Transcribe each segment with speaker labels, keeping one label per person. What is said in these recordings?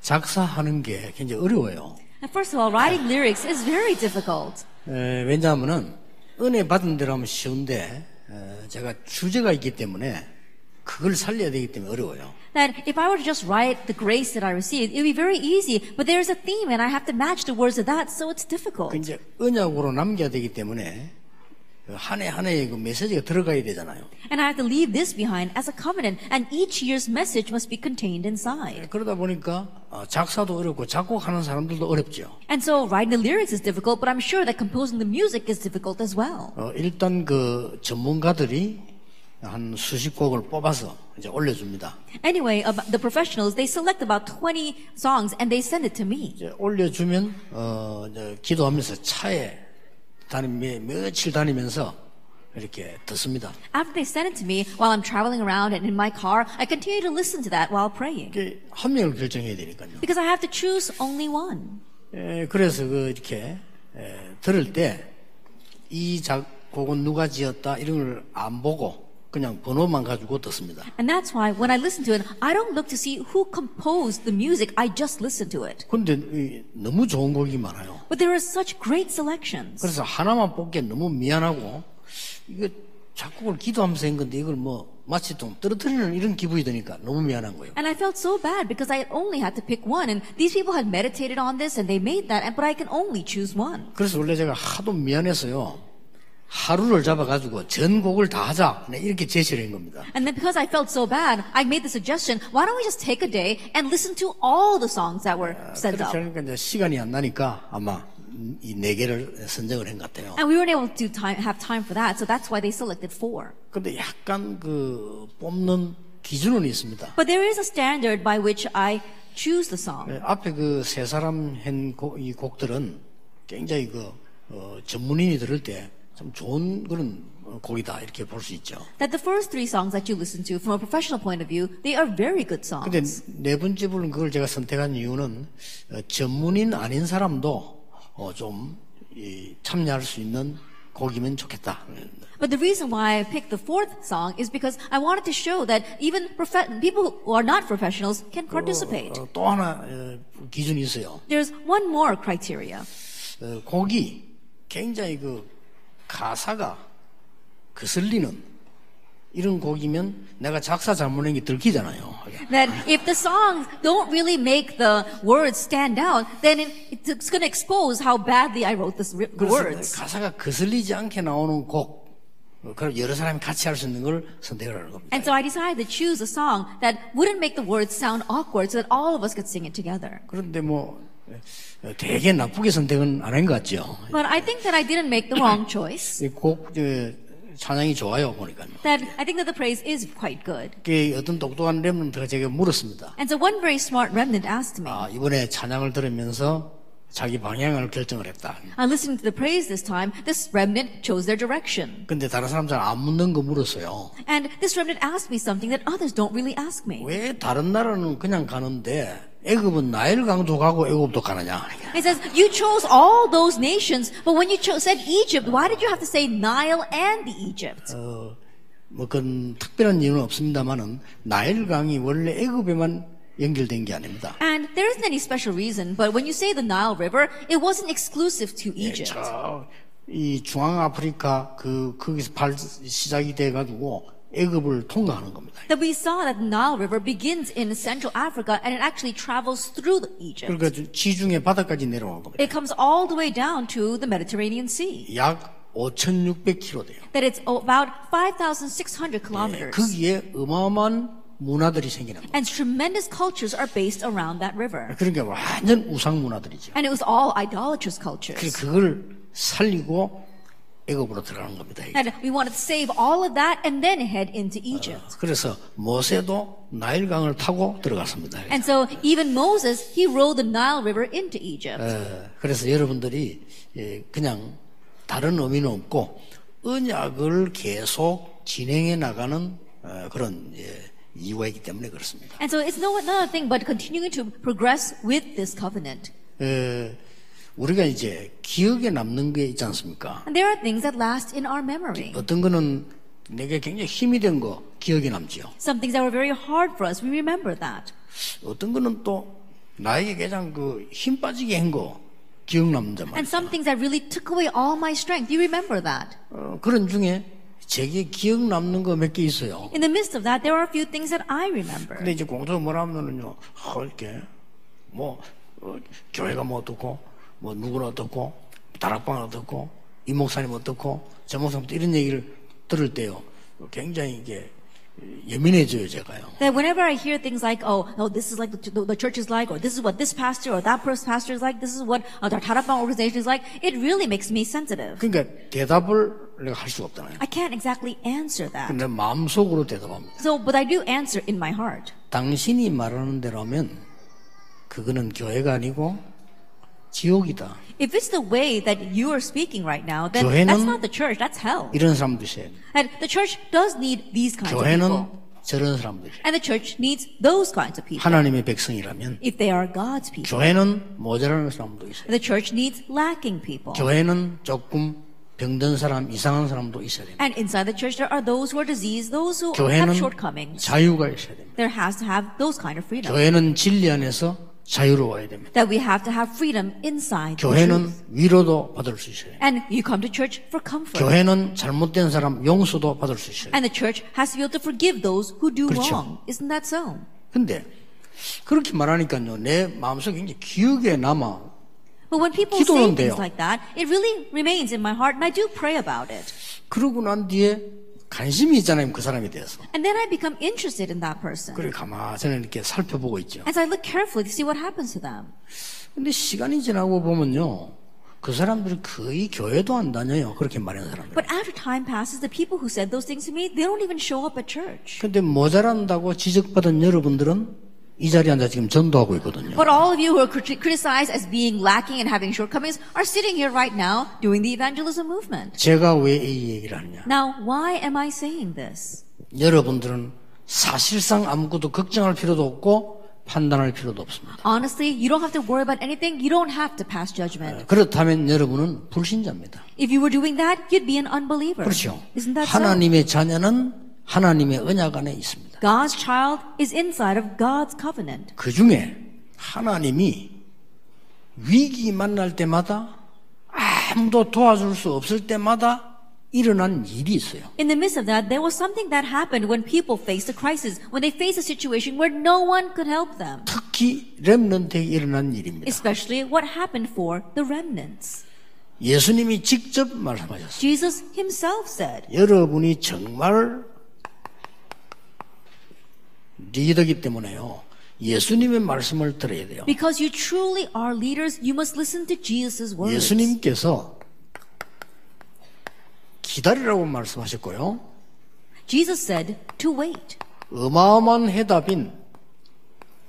Speaker 1: 작사하는 게 굉장히 어려워요.
Speaker 2: And first of all, writing lyrics is very difficult.
Speaker 1: 에, 왜냐하면은 은혜 받은 대로 하면 쉬운데 에, 제가 주제가 있기 때문에 그걸 살려야 되기 때문에 어려워요.
Speaker 2: That if I were to just write the grace that I received, it would be very easy, but there's a theme and I have to match the words of that, so it's difficult.
Speaker 1: 그 이제 언약으로 남겨야 되기 때문에 한 해 한 해의 그 메시지가 들어가야 되잖아요.
Speaker 2: And I have to leave this behind as a covenant, and each year's message must be contained inside.
Speaker 1: 그러다 보니까 어, 작사도 어렵고 작곡하는 사람들도 어렵죠.
Speaker 2: And so writing the lyrics is difficult, but I'm sure that composing the music is difficult as well.
Speaker 1: 어, 일단 그 전문가들이 한 수십 곡을 뽑아서 이제 올려줍니다.
Speaker 2: Anyway, ab- the professionals, they select about 20 songs and they send it to me.
Speaker 1: 이제 올려주면 어, 이제 기도하면서 차에 다니 며, 며칠 다니면서 이렇게 듣습니다.
Speaker 2: After they send it to me, while I'm traveling around and in my car, I continue to listen to that while praying.
Speaker 1: 이게 한 명을 결정해야 되니까요.
Speaker 2: Because I have to choose only one.
Speaker 1: 에, 그래서 그 이렇게 에, 들을 때 이 작곡은 누가 지었다 이런 걸 안 보고 그냥 번호만 가지고 듣습니다.
Speaker 2: And that's why when I listen to it, I don't look to see who composed the music, I just listen to it.
Speaker 1: 근데 이, 너무 좋은 곡이 많아요.
Speaker 2: But there are such great selections.
Speaker 1: 그래서 하나만 뽑기에 너무 미안하고 이거 작곡을 기도하면서 한 건데 이걸 뭐 마치 좀 떨어뜨리는 이런 기분이 드니까 너무 미안한 거예요.
Speaker 2: And I felt so bad because I only had to pick one and these people had meditated on this and they made that, and but I can only choose one.
Speaker 1: 그래서 원래 제가 하도 미안해서요. 하루를 잡아가지고 전곡을 다 하자. 네, 이렇게 제시를 한 겁니다.
Speaker 2: And then because I felt so bad, I made the suggestion, why don't we just take a day and listen to all the songs that were sent
Speaker 1: 그렇게
Speaker 2: up?
Speaker 1: 하니까 이제 시간이 안 나니까 아마 이 네 개를 선정을 한 것 같아요.
Speaker 2: And we weren't able to time, have time for that, so that's why they selected four.
Speaker 1: 근데 약간 그 뽑는 기준은 있습니다.
Speaker 2: But there is a standard by which I choose the song.
Speaker 1: 네, 앞에 그 세 사람 한 이 곡들은 굉장히 그 어, 전문인이 들을 때 참 좋은 그런 어, 곡이다 이렇게 볼 수 있죠.
Speaker 2: That the first three songs that you listen to, from a professional point of view, they are very good songs.
Speaker 1: 근데 네 번째 부분 그걸 제가 선택한 이유는 어, 전문인 아닌 사람도 어, 좀이 참여할 수 있는 곡이면 좋겠다.
Speaker 2: But the reason why I picked the fourth song is because I wanted to show that even profe- people who are not professionals can participate.
Speaker 1: 어, 또 하나 어, 기준이 있어요.
Speaker 2: There's one more criteria.
Speaker 1: 어, 곡이 굉장히 그 가사가 거슬리는 이런 곡이면 내가 작사 잘못한 게 들키잖아요.
Speaker 2: That if the songs don't really make the words stand out, then it, it's going to expose how badly I wrote this ri- the
Speaker 1: 그래서
Speaker 2: words.
Speaker 1: 가사가 거슬리지 않게 나오는 곡, 어, 그럼 여러 사람이 같이 할 수 있는 걸 선택을 하는 겁니다.
Speaker 2: And so I decided to choose a song that wouldn't make the words sound awkward so that all of us could sing it together.
Speaker 1: 그런데 뭐 어, 되게 나쁘게 선택은 안 한 것 같죠.
Speaker 2: But I think that I didn't make the wrong choice.
Speaker 1: 이곡 어, 찬양이 좋아요 보니까요.
Speaker 2: That I think that the praise is quite good.
Speaker 1: 그 어떤 똑똑한 랩런트가 제게 물었습니다.
Speaker 2: And so one very smart remnant asked me,
Speaker 1: 아,
Speaker 2: uh,
Speaker 1: 이번에 찬양을 들으면서 자기 방향을 결정을 했다.
Speaker 2: And listening to the praise this time, this remnant chose their direction.
Speaker 1: 근데 다른 사람 잘 안 묻는 거 물었어요.
Speaker 2: And this remnant asked me something that others don't really ask me.
Speaker 1: 왜 다른 나라는 그냥 가는데 애굽은 나일 강도 가고 애굽도 가느냐?
Speaker 2: It says, You chose all those nations, but when you cho- said Egypt, why did you have to say Nile and the Egypt?
Speaker 1: 어, 뭐 그런 특별한 이유는 없습니다만은 나일 강이 원래 애굽에만 연결된 게 아닙니다.
Speaker 2: And there isn't any special reason, but when you say the Nile River, it wasn't exclusive to Egypt.
Speaker 1: 저, 이 중앙 아프리카 그 거기서 발 시작이 돼 가지고 애굽을 통과하는 겁니다.
Speaker 2: That we saw that the Nile River begins in Central Africa and it actually travels through Egypt.
Speaker 1: 그러니까 지중해 바다까지 내려온 겁니다.
Speaker 2: It comes all the way down to the Mediterranean Sea.
Speaker 1: 약 5,600km 돼요.
Speaker 2: That it's about 5,600
Speaker 1: 예,
Speaker 2: kilometers.
Speaker 1: 거기에 어마어마한 문화들이 생기는 거예요.
Speaker 2: And tremendous cultures are based around that river.
Speaker 1: 그러니까 완전 우상 문화들이죠.
Speaker 2: And it was all idolatrous
Speaker 1: 그-
Speaker 2: cultures.
Speaker 1: 그걸 살리고 애굽으로 들어가는 겁니다. 이게.
Speaker 2: And we wanted to save all of that and then head into Egypt.
Speaker 1: 그래서 모세도 나일강을 타고 들어갔습니다.
Speaker 2: And so even Moses, he rode the Nile River into Egypt.
Speaker 1: 어, 그래서 여러분들이 예, 그냥 다른 의미는 없고 언약을 계속 진행해 나가는 어, 그런 예, 이유가 있기 때문에 그렇습니다.
Speaker 2: And so it's no another thing but continuing to progress with this covenant.
Speaker 1: 에, 어, 우리가 이제 기억에 남는 게 있지 않습니까?
Speaker 2: And there are things that last in our memory.
Speaker 1: 어떤 거는 내게 굉장히 힘이 된 거 기억에 남지요.
Speaker 2: Some things that were very hard for us, we remember that.
Speaker 1: 어떤 거는 또 나에게 가장 그 힘 빠지게 한 거 기억남자 말이야.
Speaker 2: And some things that really took away all my strength. You remember that.
Speaker 1: 어, 그런 중에 제게 기억 남는 거 몇 개 있어요.
Speaker 2: In the midst of that, there are a few things that I remember.
Speaker 1: 근데 이제 공부 뭐라 하면은요, 아, 이렇게 뭐 어, 교회가 뭐 어떻고, 뭐 누구는 어떻고, 다락방은 어떻고, 이 목사님 어떻고, 저 목사님 이런 얘기를 들을 때요, 굉장히 이게 예민해져요 제가요.
Speaker 2: That whenever I hear things like, oh, no, this is like the, the, the church is like, or this is what this pastor or that pers- pastor is like, this is what uh, the Tarapang organization is like, it really makes me sensitive.
Speaker 1: 그러니까 대답을 내가 할 수가 없잖아요.
Speaker 2: I can't exactly answer that.
Speaker 1: 근데 마음속으로 대답합니다.
Speaker 2: So, but I do answer in my heart.
Speaker 1: 당신이 말하는 대로 하면 그거는 교회가 아니고 지옥이다.
Speaker 2: If it's the way that you are speaking right now, then
Speaker 1: 교회는-
Speaker 2: that's not the church, that's hell.
Speaker 1: 이런 사람도 있어요.
Speaker 2: And the church does need these kinds of
Speaker 1: 교회는
Speaker 2: people.
Speaker 1: 저런 사람들이
Speaker 2: And the church needs those kinds of people.
Speaker 1: 하나님의 백성이라면
Speaker 2: If they are God's people.
Speaker 1: 교회는 모자라는 사람도 있어요.
Speaker 2: The church needs lacking people.
Speaker 1: 교회는 조금 병든 사람, 이상한 사람도 있어야 됩니다.
Speaker 2: And inside the church, there are those who are diseased, those who have
Speaker 1: 교회는
Speaker 2: shortcomings.
Speaker 1: 자유가 있어야 됩니다.
Speaker 2: There has to have those kind of freedom.
Speaker 1: 교회는 진리 안에서 자유로워야 됩니다.
Speaker 2: That we have to have freedom inside. the
Speaker 1: 교회는
Speaker 2: truth.
Speaker 1: 위로도 받을 수 있어야 됩니다.
Speaker 2: And you come to church for comfort.
Speaker 1: 교회는 잘못된 사람 용서도 받을 수 있어야 됩니다.
Speaker 2: And the church has to be able to forgive those who do
Speaker 1: 그렇죠.
Speaker 2: wrong. Isn't that so?
Speaker 1: 근데 그렇게 말하니까요, 내 마음속에 굉장히 기억에 남아.
Speaker 2: But when people say
Speaker 1: 기도는 돼요.
Speaker 2: things like that, it really remains in my heart and I do pray about it.
Speaker 1: 그러고 난 뒤에 관심이 있잖아요, 그 사람에 대해서.
Speaker 2: And then I become interested in that person.
Speaker 1: 그래 가만히 저는 이렇게 살펴보고 있죠.
Speaker 2: And so I look carefully to see what happens to them.
Speaker 1: 근데 시간이 지나고 보면요, 그 사람들이 거의 교회도 안 다녀요. 그렇게 말하는 사람들.
Speaker 2: But after time passes, the people who said those things to me, they don't even show up at church.
Speaker 1: 근데 모자란다고 지적받은 여러분들은 이 자리에 앉아 지금 전도하고 있거든요.
Speaker 2: But all of you who are criti- criticized as being lacking and having shortcomings are sitting here right now doing the evangelism movement.
Speaker 1: 제가 왜 이 얘기를 하느냐?
Speaker 2: Now, why am I saying this?
Speaker 1: 여러분들은 사실상 아무것도 걱정할 필요도 없고 판단할 필요도 없습니다.
Speaker 2: Honestly, you don't have to worry about anything. You don't have to pass judgment.
Speaker 1: 그렇다면 여러분은 불신자입니다.
Speaker 2: If you were doing that, you'd be an unbeliever.
Speaker 1: 그렇죠.
Speaker 2: Isn't that so?
Speaker 1: 하나님의 자녀는 하나님의 언약 안에 있습니다.
Speaker 2: God's child is inside of God's covenant.
Speaker 1: 그 중에 하나님이 위기 만날 때마다 아무도 도와줄 수 없을 때마다 일어난 일이 있어요.
Speaker 2: In the midst of that, there was something that happened when people faced a crisis, when they faced a situation where no one could help them.
Speaker 1: 특히 렘넌트에 일어난 일입니다.
Speaker 2: Especially what happened for the remnants.
Speaker 1: 예수님이 직접 말씀하셨어요.
Speaker 2: Jesus himself said,
Speaker 1: 여러분이 정말 리더기 때문에요. 예수님의 말씀을 들어야 돼요.
Speaker 2: Because you truly are leaders, you must listen to Jesus' words.
Speaker 1: 예수님께서 기다리라고 말씀하셨고요.
Speaker 2: Jesus said to wait.
Speaker 1: 어마어마한 해답인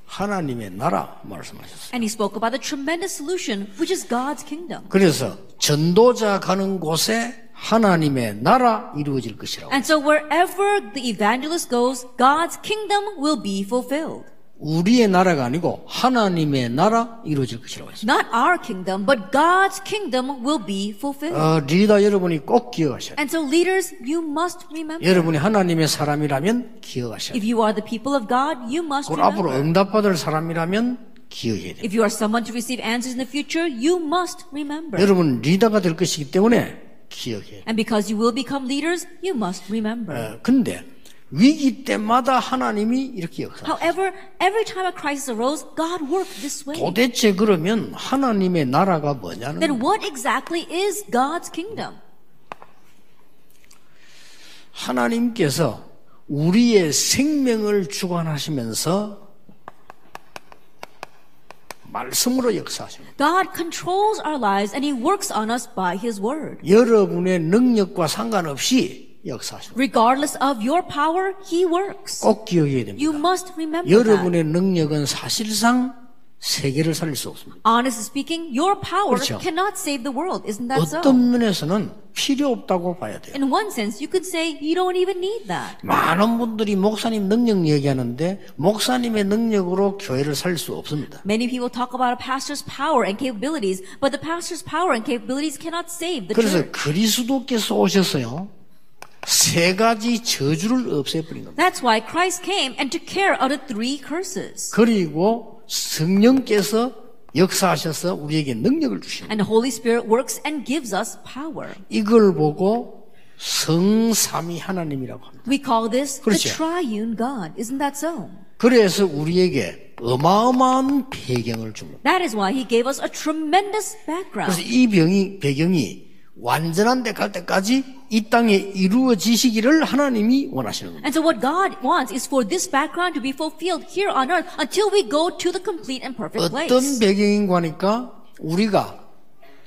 Speaker 1: 하나님의 나라 말씀하셨어요.
Speaker 2: And he spoke about the tremendous solution, which is God's kingdom.
Speaker 1: 그래서 전도자 가는 곳에 하나님의 나라 이루어질 것이라고.
Speaker 2: And so wherever the evangelist goes, God's kingdom will be fulfilled.
Speaker 1: 우리의 나라가 아니고 하나님의 나라 이루어질 것이라고 했어요.
Speaker 2: Not our kingdom, but God's kingdom will be fulfilled.
Speaker 1: 어, 리더 여러분이 꼭 기억하셔야 돼요.
Speaker 2: And so leaders, you must remember.
Speaker 1: 여러분이 하나님의 사람이라면 기억하셔야 돼요.
Speaker 2: If you are the people of God, you must
Speaker 1: 곧 앞으로
Speaker 2: remember.
Speaker 1: 응답받을 사람이라면 기억해야 돼요.
Speaker 2: If you are someone to receive answers in the future, you must remember.
Speaker 1: 여러분 리더가 될 것이기 때문에 기억해야 돼요.
Speaker 2: And because you will become leaders, you must remember.
Speaker 1: 어, 근데 위기 때마다 하나님이 이렇게 역사.
Speaker 2: However, every time a crisis arose, God worked this way.
Speaker 1: 도대체 그러면 하나님의 나라가 뭐냐는
Speaker 2: Then what exactly is God's kingdom?
Speaker 1: 하나님께서 우리의 생명을 주관하시면서 말씀으로 역사하십니다.
Speaker 2: God controls our lives and He works on us by His word.
Speaker 1: 여러분의 능력과 상관없이 역사하십니다.
Speaker 2: Regardless of your power, He works.
Speaker 1: 꼭 기억해야
Speaker 2: You
Speaker 1: 됩니다.
Speaker 2: must remember that.
Speaker 1: 여러분의 능력은 사실상 세계를 살릴 수 없습니다.
Speaker 2: Honestly speaking, your power
Speaker 1: 그렇죠.
Speaker 2: cannot save the world. Isn't that so?
Speaker 1: 어떤 면에서는 필요 없다고 봐야 돼요.
Speaker 2: In one sense, you could say you don't even need that.
Speaker 1: 많은 분들이 목사님 능력 얘기하는데 목사님의 능력으로 교회를 살릴 수 없습니다.
Speaker 2: Many people talk about a pastor's power and capabilities, but the pastor's power and capabilities cannot save the
Speaker 1: 그래서
Speaker 2: church.
Speaker 1: 그리스도께서 오셔서요. 세 가지 저주를 없애버린 겁니다.
Speaker 2: That's why Christ came and took care of the three curses.
Speaker 1: 그리고 성령께서 역사하셔서 우리에게 능력을 주십니다.
Speaker 2: And the Holy Spirit works and gives us power.
Speaker 1: 이걸 보고 성삼위 하나님이라고 합니다.
Speaker 2: We call this the
Speaker 1: 그렇죠.
Speaker 2: triune God. Isn't that so?
Speaker 1: 그래서 우리에게 어마어마한 배경을 줍니다.
Speaker 2: That is why he gave us a tremendous
Speaker 1: 그래서
Speaker 2: background.
Speaker 1: 이 병이, 배경이 완전한 데 갈 때까지 이 땅에 이루어지시기를 하나님이 원하시는 겁니다.
Speaker 2: And so what God wants is for this background to be fulfilled here on earth until we go to the complete and perfect
Speaker 1: 어떤
Speaker 2: place.
Speaker 1: 배경인가 하니까 우리가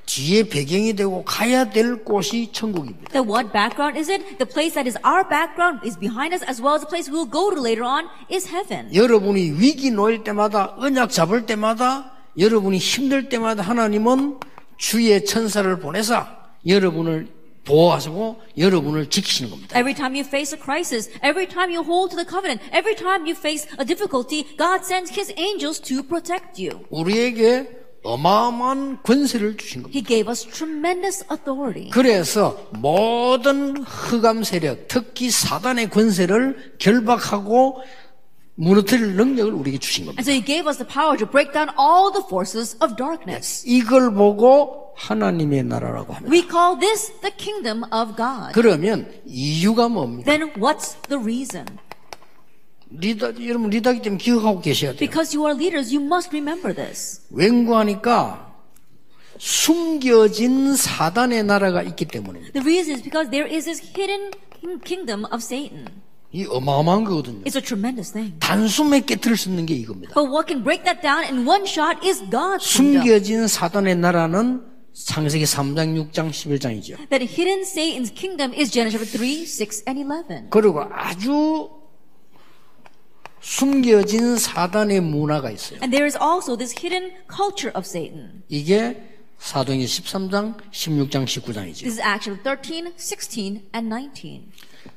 Speaker 1: 뒤에 배경이 되고 가야 될 곳이 천국입니다.
Speaker 2: That what background is it? The place that is our background is behind us as well as the place we'll go to later on is heaven.
Speaker 1: 여러분이 위기 놓일 때마다 언약 잡을 때마다 여러분이 힘들 때마다 하나님은 주의 천사를 보내서 여러분을 보호하시고 여러분을 지키시는 겁니다.
Speaker 2: Every time you face a crisis, every time you hold to the covenant, every time you face a difficulty, God sends His angels to protect you.
Speaker 1: 우리에게 어마어마한 권세를 주신 겁니다.
Speaker 2: He gave us tremendous authority.
Speaker 1: 그래서 모든 흑암 세력, 특히 사단의 권세를 결박하고 무너뜨릴 능력을 우리에게 주신 겁니다.
Speaker 2: And so He gave us the power to break down all the forces of darkness.
Speaker 1: 이걸 보고 하나님의 나라라고 합니다.
Speaker 2: We call this the kingdom of God.
Speaker 1: 그러면 이유가 뭡니까?
Speaker 2: Then what's the reason?
Speaker 1: 리더, 여러분 리더기 때문에 기억하고 계셔야 돼요.
Speaker 2: Because you are leaders, you must remember this.
Speaker 1: 웬구하니까 숨겨진 사단의 나라가 있기 때문입니다.
Speaker 2: The reason is because there is this hidden king- kingdom of Satan.
Speaker 1: 이 어마어마한 거거든요.
Speaker 2: It's a tremendous thing.
Speaker 1: 단숨에 깨뜨릴 수 있는 게 이겁니다.
Speaker 2: But what can break that down in one shot is God's kingdom.
Speaker 1: 숨겨진 사단의 나라는 창세기 3장, 6장, 11장이죠.
Speaker 2: that hidden Satan's kingdom is Genesis chapter 3, 6, and 11.
Speaker 1: 그리고 아주 숨겨진 사단의 문화가 있어요.
Speaker 2: And there is also this hidden culture of Satan.
Speaker 1: 이게 사도행전 13장, 16장, 19장이죠.
Speaker 2: This is Acts chapter 13, 16, and 19.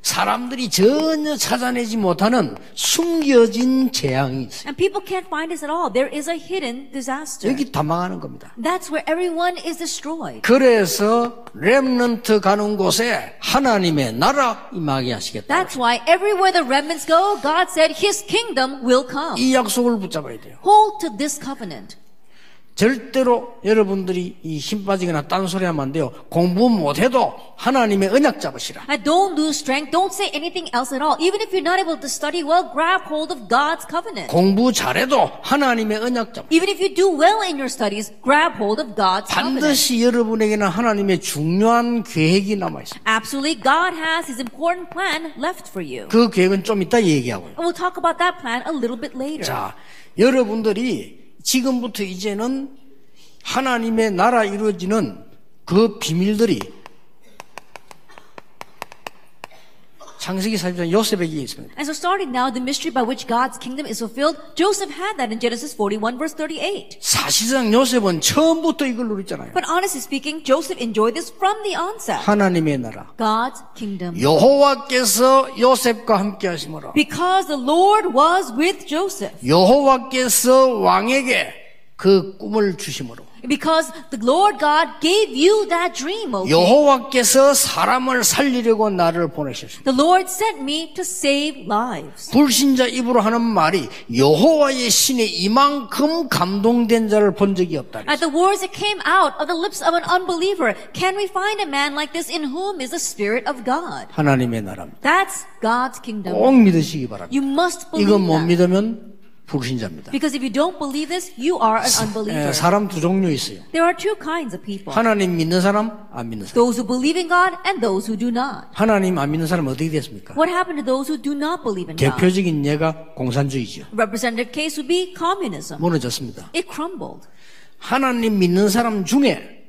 Speaker 1: 사람들이 전혀 찾아내지 못하는 숨겨진 재앙이 있어요.
Speaker 2: And people can't find this at all. There is a hidden disaster.
Speaker 1: 여기 다 망하는 겁니다.
Speaker 2: That's where everyone is destroyed.
Speaker 1: 그래서 렘넌트 가는 곳에 하나님의 나라 임하게 하시겠다.
Speaker 2: That's why everywhere the remnants go, God said his kingdom will come.
Speaker 1: 이 약속을 붙잡아야 돼요.
Speaker 2: Hold to this covenant.
Speaker 1: 절대로 여러분들이 이 힘 빠지거나 딴소리 하면 안 돼요. 공부 못해도 하나님의 언약 잡으시라.
Speaker 2: And don't lose strength. Don't say anything else at all. Even if you're not able to study well, grab hold of God's covenant.
Speaker 1: 공부 잘해도 하나님의 언약 잡으시라.
Speaker 2: Even if you do well in your studies, grab hold of God's covenant.
Speaker 1: 반드시 여러분에게는 하나님의 중요한 계획이 남아있어요.
Speaker 2: Absolutely, God has His important plan left for you.
Speaker 1: 그 계획은 좀 이따 얘기하고요.
Speaker 2: And we'll talk about that plan a little bit
Speaker 1: 예.
Speaker 2: later.
Speaker 1: 자, 여러분들이 지금부터 이제는 하나님의 나라 이루어지는 그 비밀들이 창세기 40장 요셉에게 있습니다.
Speaker 2: And so starting now, the mystery by which God's kingdom is fulfilled, Joseph had that in Genesis 41 verse 38.
Speaker 1: 사실상 요셉은 처음부터 이걸 누렸잖아요.
Speaker 2: But honestly speaking, Joseph enjoyed this from the onset.
Speaker 1: 하나님의 나라.
Speaker 2: God's kingdom.
Speaker 1: 여호와께서 요셉과 함께 하심으로
Speaker 2: Because the Lord was with Joseph.
Speaker 1: 여호와께서 왕에게 그 꿈을 주심으로
Speaker 2: Because the Lord God gave you that dream, O king.
Speaker 1: 여호와께서 사람을 살리려고 나를 보내셨습니다.
Speaker 2: The Lord sent me to save lives.
Speaker 1: 불신자 입으로 하는 말이 여호와의 신에 이만큼 감동된 자를 본 적이 없다.
Speaker 2: At the words that came out of the lips of an unbeliever, can we find a man like this in whom is the Spirit of God?
Speaker 1: 하나님의 나라입니다.
Speaker 2: That's God's kingdom.
Speaker 1: 꼭 믿으시기 바랍니다.
Speaker 2: You must
Speaker 1: Oh.
Speaker 2: believe
Speaker 1: 이건 못
Speaker 2: that.
Speaker 1: 믿으면 불신자입니다.
Speaker 2: Because if you don't believe this, you are an
Speaker 1: 예,
Speaker 2: unbeliever.
Speaker 1: 사람 두 종류 있어요.
Speaker 2: There are two kinds of people.
Speaker 1: 하나님 믿는 사람, 안 믿는 사람.
Speaker 2: Those who believe in God and those who do not.
Speaker 1: 하나님 안 믿는 사람 어떻게 됐습니까?
Speaker 2: What happened to those who do not believe in God?
Speaker 1: 대표적인 예가 공산주의죠.
Speaker 2: Representative case would be communism.
Speaker 1: 무너졌습니다.
Speaker 2: It crumbled.
Speaker 1: 하나님 믿는 사람 중에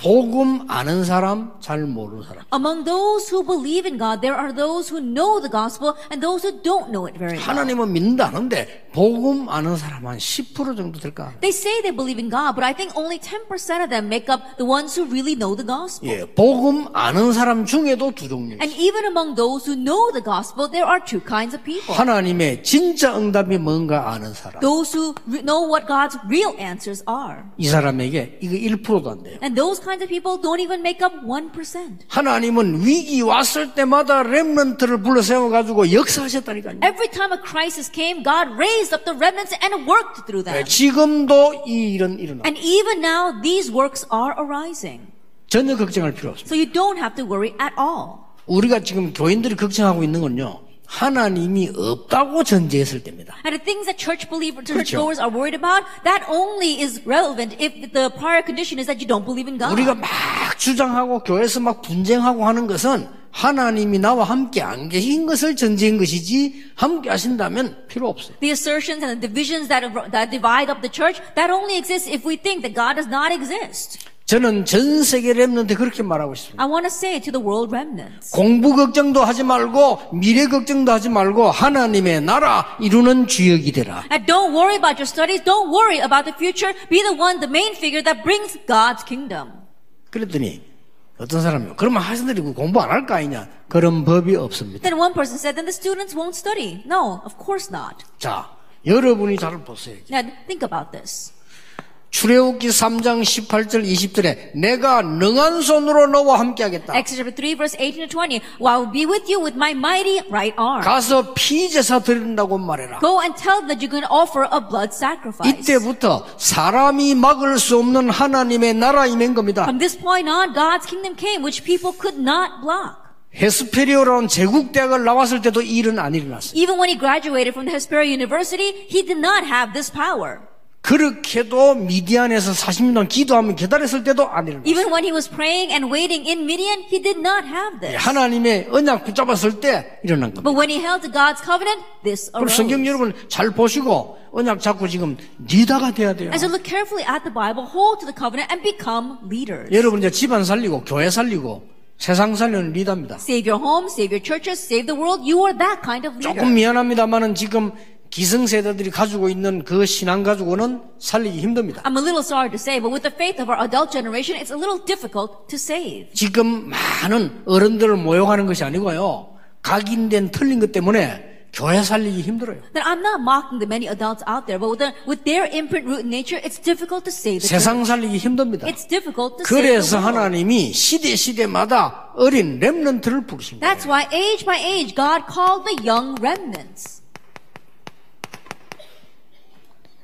Speaker 1: 복음 아는 사람, 잘 모르는 사람.
Speaker 2: Among those who believe in God, there are those who know the gospel and those who don't know it very well.
Speaker 1: 하나님은 믿는다는데 복음 아는 사람 한 10% 정도 될까?
Speaker 2: They say they believe in God, but I think only 10% of them make up the ones who really know the gospel.
Speaker 1: 예, 복음 아는 사람 중에도 두 종류.
Speaker 2: And even among those who know the gospel, there are two kinds of people.
Speaker 1: 하나님의 진짜 응답이 뭔가 아는 사람.
Speaker 2: Those who re- know what God's real answers are.
Speaker 1: 이 사람에게 이거 1%도 안 돼요.
Speaker 2: And those kinds of people don't even make up 1%.
Speaker 1: 하나님은 위기 왔을 때마다 렘넌트를 불러 세워 가지고 역사하셨다니까요.
Speaker 2: Every time a crisis came, God raised up the remnants and worked through them.
Speaker 1: 예, 지금도 이 일은 일어나.
Speaker 2: And even now, these works are arising.
Speaker 1: 전혀 걱정할 필요 없습니다.
Speaker 2: So you don't have to worry at all.
Speaker 1: 우리가 지금 교인들이 걱정하고 있는 건요. 하나님이 없다고 전제했을 때입니다.
Speaker 2: And the things that church believers, churchgoers are worried about, that only is relevant if the prior condition is that you don't believe in God.
Speaker 1: 우리가 막 주장하고 교회에서 막 분쟁하고 하는 것은 하나님이 나와 함께 안 계신 것을 전제인 것이지 함께 하신다면 필요 없어요.
Speaker 2: The assertions and the divisions that, that divide up the church, that only exists if we think that God does not exist.
Speaker 1: 저는 전 세계 랩런트 그렇게 말하고 싶습니다.
Speaker 2: I want to say to the world remnants,
Speaker 1: 공부 걱정도 하지 말고 미래 걱정도 하지 말고 하나님의 나라 이루는 주역이 되라.
Speaker 2: and don't worry about your studies, don't worry about the future, be the one, the main figure that brings God's kingdom.
Speaker 1: 그랬더니 어떤 사람이 그러면 학생들이 공부 안 할 거 아니냐? 그런 법이 없습니다.
Speaker 2: Then one person said, then the students won't study. No, of course not.
Speaker 1: 자, 여러분이 잘 보세요.
Speaker 2: Now think about this.
Speaker 1: 출애굽기 3장 18절 20절에 내가 능한 손으로 너와 함께 하겠다.
Speaker 2: Exodus chapter 3 verse 18 to 20. Well, I will be with you with my mighty right arm.
Speaker 1: 가서 피제사 드린다고 말해라.
Speaker 2: Go and tell them that you're going to offer a blood sacrifice.
Speaker 1: 이때부터 사람이 막을 수 없는 하나님의 나라임인 겁니다.
Speaker 2: From this point on, God's kingdom came, which people could not block.
Speaker 1: 헤스페리오라는 제국대학을 나왔을 때도 이 일은 안 일어났어요.
Speaker 2: Even when he graduated from the Hesperia University, he did not have this power.
Speaker 1: 그렇게도 미디안에서 40년 동안 기도하며 기다렸을 때도 안 일어났어요.
Speaker 2: Even when he was praying and waiting in Midian, he did not have this.
Speaker 1: 하나님의 언약 붙잡았을 때 일어난 겁니다.
Speaker 2: But when he held to God's covenant, this
Speaker 1: 그럼
Speaker 2: arose.
Speaker 1: 성경 여러분 잘 보시고 언약 잡고 지금 리더가 돼야 돼요.
Speaker 2: And so look carefully at the Bible, hold to the covenant, and become leaders.
Speaker 1: 여러분 이제 집안 살리고 교회 살리고 세상 살리는 리더입니다.
Speaker 2: Save your home, save your churches, save the world. You are that kind of leader.
Speaker 1: 조금 미안합니다만은 지금 기성세대들이 가지고 있는 그 신앙 가지고는 살리기 힘듭니다.
Speaker 2: I'm a little sorry to say, but with the faith of our adult generation, it's a little difficult to save.
Speaker 1: 지금 많은 어른들을 모욕하는 것이 아니고요. 각인된 틀린 것 때문에 교회 살리기 힘들어요.
Speaker 2: That I'm not mocking the many adults out there, but with, the, with their imprint root in nature, it's difficult to save the church.
Speaker 1: 세상 살리기 힘듭니다.
Speaker 2: 그 It's difficult to save
Speaker 1: 그래서
Speaker 2: the world.
Speaker 1: 하나님이 시대 시대마다 어린 렘넌트를 부르신 거예요.
Speaker 2: That's why age by age, God called the young remnants.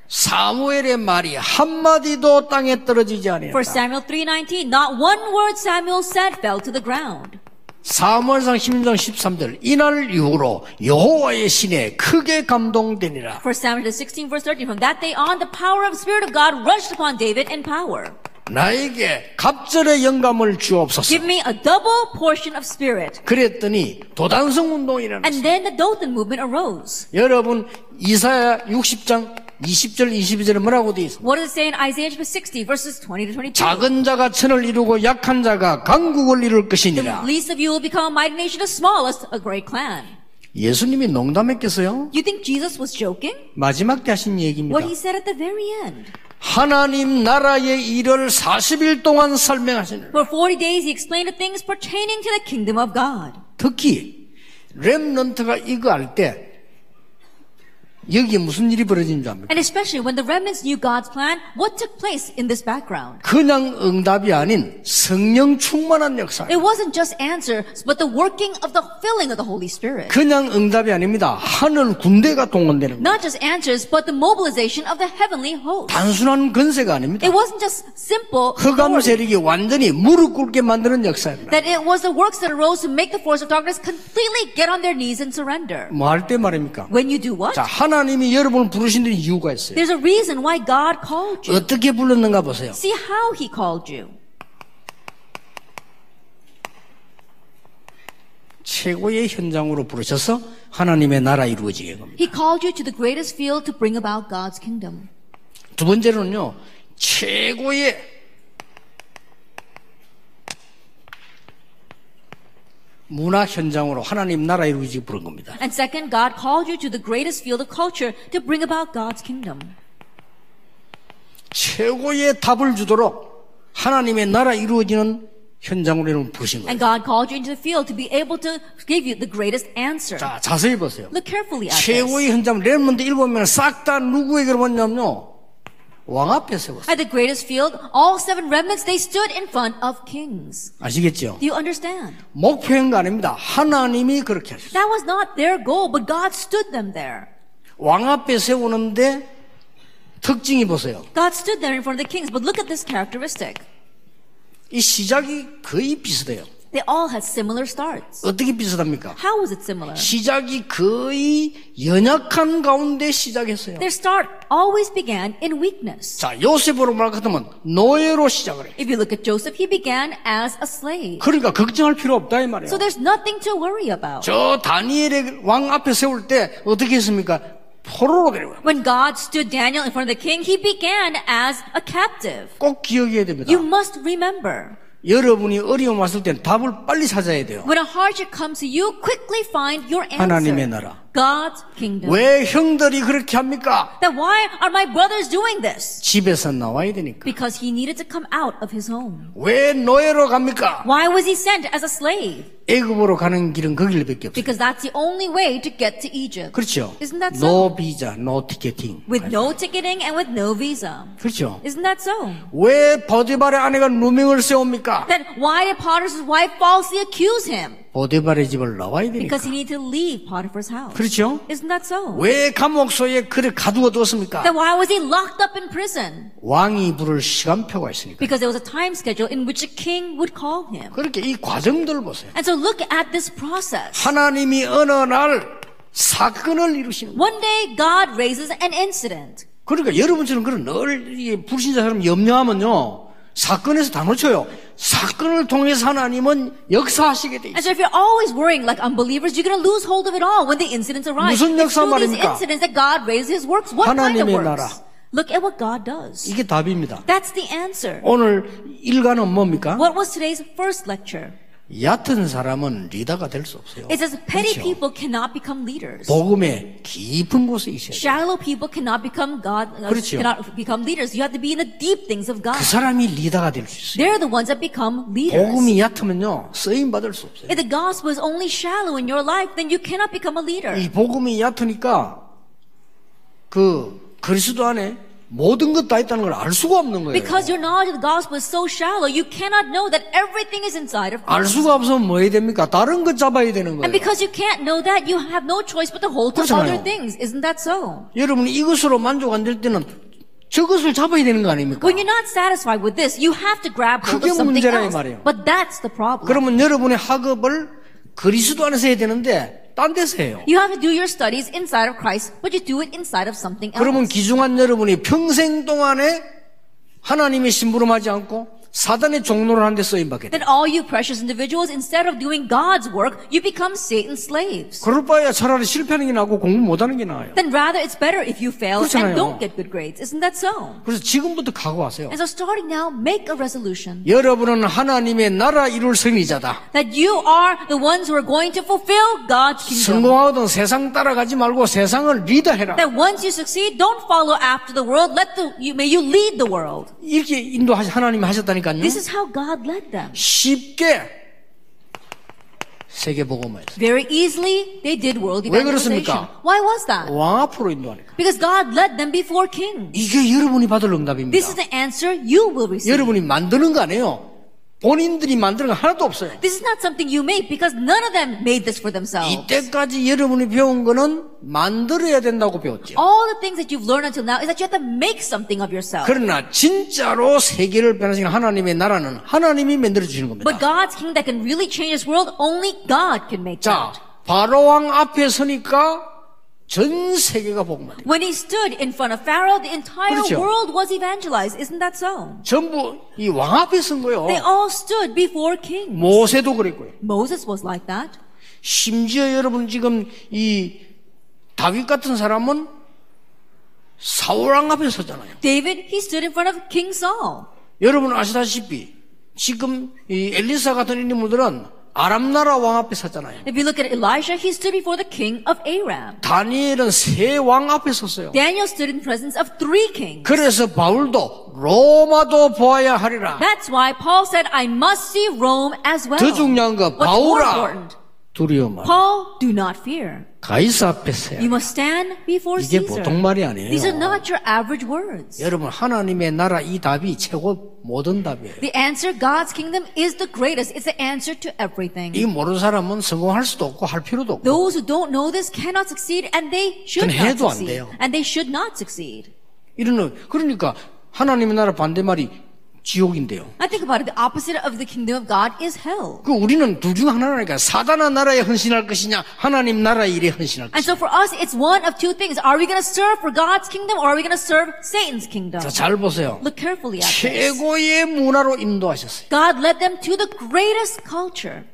Speaker 1: 사무엘의 말이 한마디도 땅에 떨어지지 아니했다.
Speaker 2: 1 Samuel 3.19, not one word Samuel said fell to the ground.
Speaker 1: 사무엘상 16장 13절 이날 이후로 여호와의 신에 크게 감동되니라.
Speaker 2: 1 Samuel 16 verse 13, from that day on, the power of Spirit of God rushed upon David in power.
Speaker 1: 나에게 갑절의 영감을 주옵소서.
Speaker 2: Give me a double portion of spirit.
Speaker 1: 그랬더니 도단성 운동이 일어났어요.
Speaker 2: And then the Dothan movement arose.
Speaker 1: 여러분 이사야 60장 20절 22절에 뭐라고 되어 있습니다.
Speaker 2: What does it say in Isaiah chapter 60, verses 20 to 22?
Speaker 1: 작은 자가 천을 이루고 약한 자가 강국을 이룰
Speaker 2: The
Speaker 1: 것이니라.
Speaker 2: least of you will become a mighty nation, the smallest a great clan.
Speaker 1: 예수님이 농담했겠어요?
Speaker 2: You think Jesus was joking?
Speaker 1: 마지막 때 하신 얘기입니다.
Speaker 2: What he said at the very end.
Speaker 1: 하나님 나라의 일을 40일 동안 설명하시는
Speaker 2: For 40 days he explained the things pertaining to the kingdom of God.
Speaker 1: 특히 렘넌트가 이거 할 때 여기에 무슨 일이 벌어지는 줄 압니까?
Speaker 2: And especially when the remnants knew God's plan, what took place in this background?
Speaker 1: 그냥 응답이 아닌 성령 충만한 역사.
Speaker 2: It wasn't just answers, but the working of the filling of the Holy Spirit.
Speaker 1: 그냥 응답이 아닙니다. 하늘 군대가 동원되는 거예요.
Speaker 2: Not just answers, but the mobilization of the heavenly host.
Speaker 1: 단순한 건세가 아닙니다.
Speaker 2: It wasn't just simple
Speaker 1: 흑암
Speaker 2: authority.
Speaker 1: 세력이 완전히 무릎 꿇게 만드는 역사입니다.
Speaker 2: that it was the works that arose to make the force of darkness completely get on their knees and surrender.
Speaker 1: 뭐 할 때 말입니까?
Speaker 2: When you do what?
Speaker 1: 자, 하나님이 여러분을 부르신 데 이유가 있어요.
Speaker 2: There's a reason why God called you.
Speaker 1: 어떻게 불렀는가 보세요.
Speaker 2: See how He called you.
Speaker 1: 최고의 현장으로 부르셔서 하나님의 나라 이루어지게 한 겁니다.
Speaker 2: He called you to the greatest field to bring about God's kingdom.
Speaker 1: 두 번째로는요, 최고의 문화 현장으로 하나님 나라 이루어지게 부른 겁니다.
Speaker 2: And second, God called you to the greatest field of culture to bring about God's kingdom.
Speaker 1: 최고의 답을 주도록 하나님의 나라 이루어지는 현장으로 여러분 부르신 거예요.
Speaker 2: And God called you into the field to be able to give you the greatest answer.
Speaker 1: 자, 자세히 보세요.
Speaker 2: Look carefully at this.
Speaker 1: 최고의 현장, 레몬드 일곱 명은 싹 다 누구에게로 왔냐면요. 왕 앞에 세웠어요.
Speaker 2: At the greatest field, all seven remnants, they stood in front of kings.
Speaker 1: 아시겠죠?
Speaker 2: Do you understand?
Speaker 1: 목표인 거 아닙니다. 하나님이 그렇게 하셨어요.
Speaker 2: That was not their goal, but God stood them there.
Speaker 1: 왕 앞에 세우는데 특징이 보세요.
Speaker 2: God stood there in front of the kings, but look at this characteristic.
Speaker 1: 이 시작이 거의 비슷해요.
Speaker 2: They all had similar starts.
Speaker 1: 어떻게 비슷합니까?
Speaker 2: How was it similar?
Speaker 1: 시작이 거의 연약한 가운데 시작했어요.
Speaker 2: Their start always began in weakness.
Speaker 1: 자, 요셉으로 말 같으면 노예로 시작을 해요.
Speaker 2: If you look at Joseph, he began as a slave.
Speaker 1: 그러니까 걱정할 필요 없다 이 말이에요.
Speaker 2: So there's nothing to worry about.
Speaker 1: 저 다니엘의 왕 앞에 세울 때 어떻게 했습니까? 포로로 데려요.
Speaker 2: When God stood Daniel in front of the king, he began as a captive.
Speaker 1: 꼭 기억해야 됩니다.
Speaker 2: You must remember,
Speaker 1: 여러분이 어려움 왔을 땐 답을 빨리 찾아야 돼요.
Speaker 2: when a hardship comes to you, quickly find your
Speaker 1: 하나님의
Speaker 2: answer.
Speaker 1: 나라.
Speaker 2: God's kingdom.
Speaker 1: 왜 형들이 그렇게 합니까?
Speaker 2: That why are my brothers doing this?
Speaker 1: 집에서 나와야 되니까.
Speaker 2: Because he needed to come out of his home.
Speaker 1: 왜 노예로 갑니까?
Speaker 2: Why was he sent as a slave?
Speaker 1: 애굽으로 가는 길은 거길밖에 없어요.
Speaker 2: Because that's the only way to get to Egypt.
Speaker 1: 그렇죠?
Speaker 2: Isn't that so?
Speaker 1: 노 비자, 노 티켓팅.
Speaker 2: With no ticketing and with no visa.
Speaker 1: 그렇죠?
Speaker 2: Isn't that so?
Speaker 1: 왜 보디발의 아내가 누명을 세웁니까?
Speaker 2: Then why did Potiphar's wife falsely accuse him?
Speaker 1: 보디발의 집을 나와야 되니까.
Speaker 2: Because he needed to leave Potiphar's house.
Speaker 1: 그렇죠?
Speaker 2: Isn't that so?
Speaker 1: 왜 감옥소에 그를 가두어 두었습니까?
Speaker 2: Then why was he locked up in prison?
Speaker 1: 왕이 부를 시간표가 있으니까.
Speaker 2: Because there was a time schedule in which a king would call him.
Speaker 1: 그렇게 이 과정들을 보세요.
Speaker 2: And so look at this process.
Speaker 1: 하나님이 어느 날 사건을 이루시는 거예요.
Speaker 2: One day God raises an incident.
Speaker 1: 그러니까 여러분처럼 그런 늘 이 불신자처럼 염려하면요. 사건에서 다 놓쳐요. 사건을 통해서 하나님은 역사하시게 돼 있어요.
Speaker 2: And so if you're always worrying like unbelievers, you're going to lose hold of it all when the incidents arise.
Speaker 1: 무슨
Speaker 2: It's through
Speaker 1: 역사
Speaker 2: these
Speaker 1: 말입니까?
Speaker 2: incidents that God raises his works. What kind of
Speaker 1: 하나님의
Speaker 2: works?
Speaker 1: 나라.
Speaker 2: Look at what God does.
Speaker 1: 이게 답입니다.
Speaker 2: That's the answer.
Speaker 1: 오늘 일과는 뭡니까?
Speaker 2: What was today's first lecture?
Speaker 1: 얕은 사람은 리더가 될 수 없어요.
Speaker 2: It says petty
Speaker 1: 그렇죠?
Speaker 2: people cannot become leaders.
Speaker 1: 복음의 깊은 곳에 있어야 돼요.
Speaker 2: Shallow people cannot become God, uh,
Speaker 1: 그렇죠.
Speaker 2: cannot become leaders. You have to be in the deep things of God.
Speaker 1: 그 사람이 리더가 될 수 있어요.
Speaker 2: They're the ones that become leaders.
Speaker 1: 복음이 얕으면요. 쓰임 받을 수 없어요.
Speaker 2: If the gospel is only shallow in your life, then you cannot become a leader.
Speaker 1: 이 복음이 얕으니까 그 그리스도 안에 모든 것 다 있다는 걸 알 수가 없는 거예요.
Speaker 2: Because your knowledge of the gospel is so shallow, you cannot know that everything is inside of
Speaker 1: 알
Speaker 2: Christ.
Speaker 1: 수가 없으면 뭐 해야 됩니까? 다른 것 잡아야 되는
Speaker 2: And
Speaker 1: 거예요.
Speaker 2: because you can't know that, you have no choice but to hold to
Speaker 1: 그렇잖아요.
Speaker 2: other things. Isn't that so?
Speaker 1: 여러분 이것으로 만족 안 될 때는 저것을 잡아야 되는 거 아닙니까?
Speaker 2: When you're not satisfied with this, you have to grab hold of
Speaker 1: 그게
Speaker 2: something
Speaker 1: 문제라 이
Speaker 2: else.
Speaker 1: 말이에요.
Speaker 2: But that's the problem.
Speaker 1: 그러면 여러분의 학업을 그리스도 안에서 해야 되는데 딴 데서 해요.
Speaker 2: You have to do your studies inside of Christ, but you do it inside of something else.
Speaker 1: 그러면 기중한 여러분이 평생 동안에 하나님의 심부름하지 않고 사단의 종로를 하는데 쓰임 받게 돼.
Speaker 2: Then all you precious individuals, instead of doing God's work, you become Satan's slaves.
Speaker 1: 그럴 바에야 차라리 실패하는 게 나고 공부 못하는 게 나아요.
Speaker 2: Then rather, it's better if you fail
Speaker 1: 그렇잖아요.
Speaker 2: and don't get good grades. Isn't that so?
Speaker 1: 그래서 지금부터 각오하세요.
Speaker 2: And so starting now, make a resolution
Speaker 1: 여러분은 하나님의 나라 이룰 승리자다.
Speaker 2: that you are the ones who are going to fulfill God's kingdom.
Speaker 1: 성공하든 세상 따라가지 말고 세상을 리더해라.
Speaker 2: That once you succeed, don't follow after the world. Let the, you, may you lead the world.
Speaker 1: 이렇게 인도 하나님 이 하셨다니까요.
Speaker 2: This is how God led them.
Speaker 1: 쉽게 세계 복음화했어요.
Speaker 2: Very easily, they did world
Speaker 1: 왜
Speaker 2: evangelization.
Speaker 1: 그렇습니까?
Speaker 2: Why was that?
Speaker 1: 왕 앞으로 인도하니까.
Speaker 2: Because God led them before kings.
Speaker 1: 이게 여러분이 받을
Speaker 2: This
Speaker 1: 응답입니다.
Speaker 2: is the answer you will receive.
Speaker 1: 여러분이 만드는 거 아니에요. 본인들이 만드는 거 하나도 없어요.
Speaker 2: This is not something you made because none of them made this for themselves.
Speaker 1: 이때까지 여러분이 배운 거는 만들어야 된다고 배웠죠.
Speaker 2: All the things that you've learned until now is that you have to make something of yourself.
Speaker 1: 그러나 진짜로 세계를 변화시키는 하나님의 나라는 하나님이 만들어 주시는 겁니다.
Speaker 2: But God's kingdom that can really change this world, only God can make
Speaker 1: 자,
Speaker 2: that.
Speaker 1: 바로 왕 앞에 서니까 전 세계가 복음화 돼요.
Speaker 2: When he stood in front of Pharaoh, the entire
Speaker 1: 그렇죠.
Speaker 2: world was evangelized. Isn't that so?
Speaker 1: 전부 이 왕 앞에 선 거예요.
Speaker 2: They all stood before King.
Speaker 1: 모세도 그랬고요.
Speaker 2: Moses was like that.
Speaker 1: 심지어 여러분 지금 이 다윗 같은 사람은 사울왕 앞에 서잖아요.
Speaker 2: David, he stood in front of King Saul.
Speaker 1: 여러분 아시다시피 지금 이 엘리사 같은 인물들은 아람 나라 왕 앞에 섰잖아요.
Speaker 2: If you look at Elijah, he stood before the king of Aram.
Speaker 1: 다니엘은 세 왕 앞에 섰어요.
Speaker 2: Daniel stood in presence of three kings.
Speaker 1: 그래서 바울도 로마도 보아야 하리라.
Speaker 2: That's why Paul said, I must see Rome as well.
Speaker 1: 더 중요한 건
Speaker 2: What's more
Speaker 1: 바울아
Speaker 2: important?
Speaker 1: 두려워 마.
Speaker 2: Paul, do not fear.
Speaker 1: 가이사 앞에 서야
Speaker 2: You must stand before
Speaker 1: 이게
Speaker 2: Caesar.
Speaker 1: 보통 말이
Speaker 2: These are
Speaker 1: 아니에요.
Speaker 2: not your average words.
Speaker 1: 여러분 하나님의 나라 이 답이 최고 모든 답이에요.
Speaker 2: The answer, God's kingdom, is the greatest. It's the answer to everything.
Speaker 1: 이 모르는 사람은 성공할 수도 없고 할 필요도 없고
Speaker 2: Those who don't know this cannot succeed, and they should
Speaker 1: 그건
Speaker 2: not
Speaker 1: 해도 안
Speaker 2: succeed.
Speaker 1: 돼요.
Speaker 2: And they should not succeed.
Speaker 1: 이런 그러니까 하나님의 나라 반대말이 지옥인데요.
Speaker 2: I think about it. The opposite of the kingdom of God is hell.
Speaker 1: 그 우리는 둘 중 하나라니까 사단의 나라에 헌신할 것이냐 하나님 나라의 일에 헌신할
Speaker 2: And
Speaker 1: 것이냐.
Speaker 2: so for us, it's one of two things. Are we going to serve for God's kingdom, or are we going to serve Satan's kingdom?
Speaker 1: 자, 잘 보세요.
Speaker 2: Look carefully at this.
Speaker 1: 최고의 문화로 인도하셨어요.
Speaker 2: God led them to the greatest culture.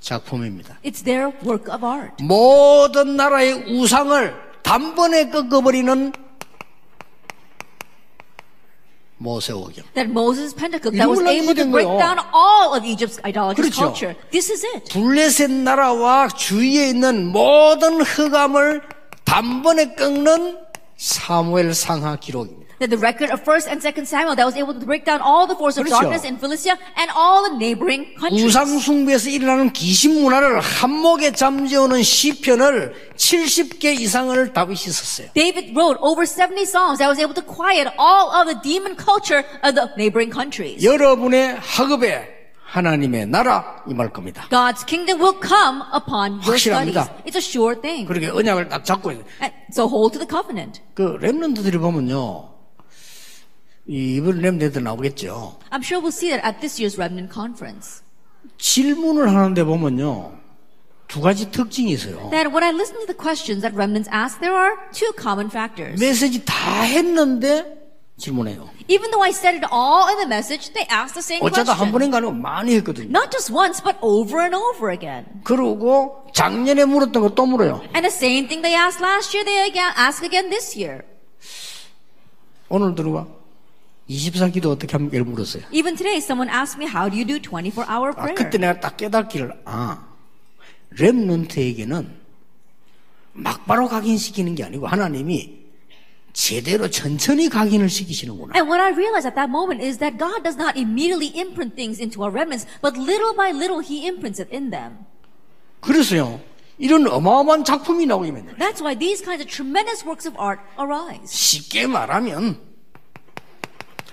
Speaker 1: 작품입니다.
Speaker 2: It's their work of art.
Speaker 1: 모든 나라의 우상을 단번에 꺾어버리는 모세오경.
Speaker 2: That Moses' Pentateuch that was
Speaker 1: 이걸로
Speaker 2: able to
Speaker 1: 이루어진
Speaker 2: break
Speaker 1: 거예요.
Speaker 2: down all of Egypt's idolatrous
Speaker 1: 그렇죠.
Speaker 2: culture. This is it.
Speaker 1: 둘레셋 나라와 주위에 있는 모든 흑암을 단번에 꺾는 사무엘 상하 기록입니다.
Speaker 2: That the record of First and Second Samuel that was able to break down all the force of
Speaker 1: 그렇죠.
Speaker 2: darkness in Philistia and all the neighboring countries.
Speaker 1: 우상 숭배에서 일어나는 귀신 문화를 한몫에 잠재우는 시편을 70개 이상을 다윗이 썼어요.
Speaker 2: David wrote over 70 psalms that was able to quiet all of the demon culture of the neighboring countries.
Speaker 1: 여러분의 학업에 하나님의 나라 임할 겁니다.
Speaker 2: God's kingdom will come upon your
Speaker 1: 확실합니다.
Speaker 2: studies. It's a sure thing.
Speaker 1: 그렇게 언약을 딱 잡고 있어요.
Speaker 2: And So hold to the covenant.
Speaker 1: 그 렘런트들이 보면요. 이- 이번 렘런트 나오겠죠.
Speaker 2: I'm sure we'll see that at this year's Remnant Conference.
Speaker 1: 질문을 하는데 보면요. 두 가지 특징이 있어요.
Speaker 2: That when I listen to the questions that remnants ask, there are two common factors.
Speaker 1: 메시지 다 했는데 질문해요.
Speaker 2: Even though I said it all in the message, they ask the same
Speaker 1: 어쩌다 한
Speaker 2: question.
Speaker 1: 번인가 하면 많이 했거든요.
Speaker 2: Not just once, but over and over again.
Speaker 1: 그러고 작년에 물었던 거 또 물어요.
Speaker 2: And the same thing they asked last year, they again ask again this year.
Speaker 1: 오늘 들어와. 24 기도 어떻게 하면 이걸 물었어요.
Speaker 2: Even today, someone asked me, how do you do
Speaker 1: 아,
Speaker 2: 24-hour prayer?
Speaker 1: 그때 내가 딱 깨닫기를 아 렘넌트에게는 막바로 각인시키는 게 아니고 하나님이 제대로 천천히 각인을 시키시는구나.
Speaker 2: And what I realized at that moment is that God does not immediately imprint things into our remnants, but little by little He imprints it in them.
Speaker 1: 그래서요 이런 어마어마한 작품이 나오게 만들어요.
Speaker 2: That's why these kinds of tremendous works of art arise.
Speaker 1: 쉽게 말하면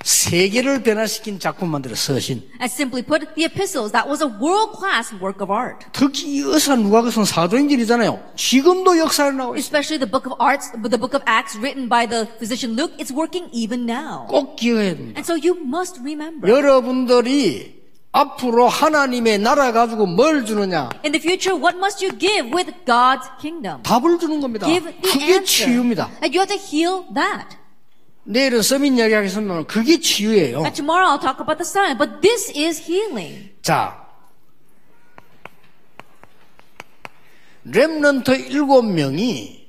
Speaker 1: 세계를 변화시킨 작품 만들어 서신.
Speaker 2: And simply put, the epistles, that was a world-class work of art.
Speaker 1: 특히 이 의사 누가 그것은 사도행전이잖아요. 지금도 역사에 나와요.
Speaker 2: Especially the book of arts, the book of Acts written by the physician Luke, it's working even now.
Speaker 1: 꼭 기억해야 됩니다.
Speaker 2: And so you must remember.
Speaker 1: 여러분들이 앞으로 하나님의 나라 가지고 뭘 주느냐?
Speaker 2: In the future, what must you give with God's kingdom?
Speaker 1: 답을 주는 겁니다.
Speaker 2: Give the
Speaker 1: 그게
Speaker 2: answer.
Speaker 1: 치유입니다.
Speaker 2: And you have to heal that.
Speaker 1: 내일은 서민 이야기하겠습니다만 그게 치유예요.
Speaker 2: And tomorrow I'll talk about the sign, but this is healing.
Speaker 1: 자, 렘넌트 일곱 명이